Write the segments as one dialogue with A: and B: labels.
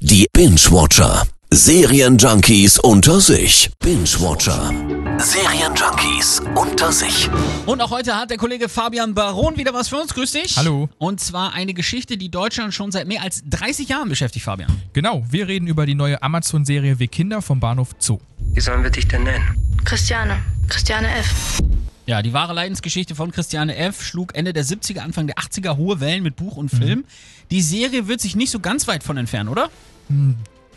A: Die Binge-Watcher. Serienjunkies unter sich. Binge-Watcher. Serienjunkies unter sich.
B: Und auch heute hat der Kollege Fabian Baron wieder was für uns. Grüß dich.
C: Hallo.
B: Und zwar eine Geschichte, die Deutschland schon seit mehr als 30 Jahren beschäftigt, Fabian.
C: Genau, wir reden über die neue Amazon-Serie Wir Kinder vom Bahnhof Zoo.
D: Wie sollen wir dich denn nennen?
E: Christiane. Christiane F.
B: Ja, die wahre Leidensgeschichte von Christiane F. schlug Ende der 70er, Anfang der 80er hohe Wellen mit Buch und Film. Die Serie wird sich nicht so ganz weit von entfernen, oder?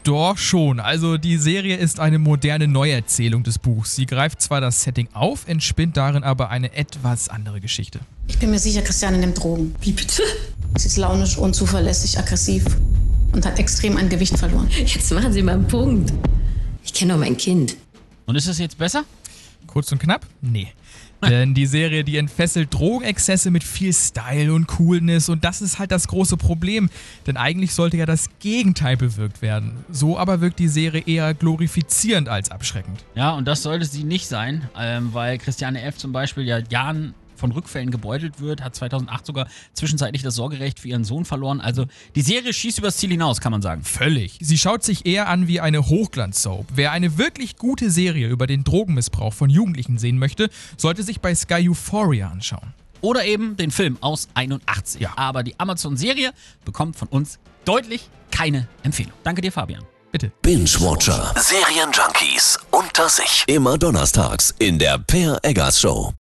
C: Doch schon, also die Serie ist eine moderne Neuerzählung des Buchs. Sie greift zwar das Setting auf, entspinnt darin aber eine etwas andere Geschichte.
F: Ich bin mir sicher, Christiane nimmt Drogen.
G: Wie bitte?
F: Sie ist launisch, unzuverlässig, aggressiv und hat extrem an Gewicht verloren.
G: Jetzt machen Sie mal einen Punkt. Ich kenne doch mein Kind.
B: Und ist es jetzt besser?
C: Kurz und knapp? Nee. Denn die Serie, die entfesselt Drogenexzesse mit viel Style und Coolness und das ist halt das große Problem. Denn eigentlich sollte ja das Gegenteil bewirkt werden. So aber wirkt die Serie eher glorifizierend als abschreckend.
B: Ja, und das sollte sie nicht sein, ähm, weil Christiane F. zum Beispiel ja Jahren von Rückfällen gebeutelt wird, hat 2008 sogar zwischenzeitlich das Sorgerecht für ihren Sohn verloren. Also die Serie schießt übers Ziel hinaus, kann man sagen.
C: Völlig. Sie schaut sich eher an wie eine Hochglanzsoap. Wer eine wirklich gute Serie über den Drogenmissbrauch von Jugendlichen sehen möchte, sollte sich bei Sky Euphoria anschauen.
B: Oder eben den Film aus 81.
C: Ja.
B: Aber die Amazon-Serie bekommt von uns deutlich keine Empfehlung. Danke dir, Fabian.
C: Bitte.
A: Binge-Watcher. Serienjunkies unter sich. Immer donnerstags in der Per Eggers Show.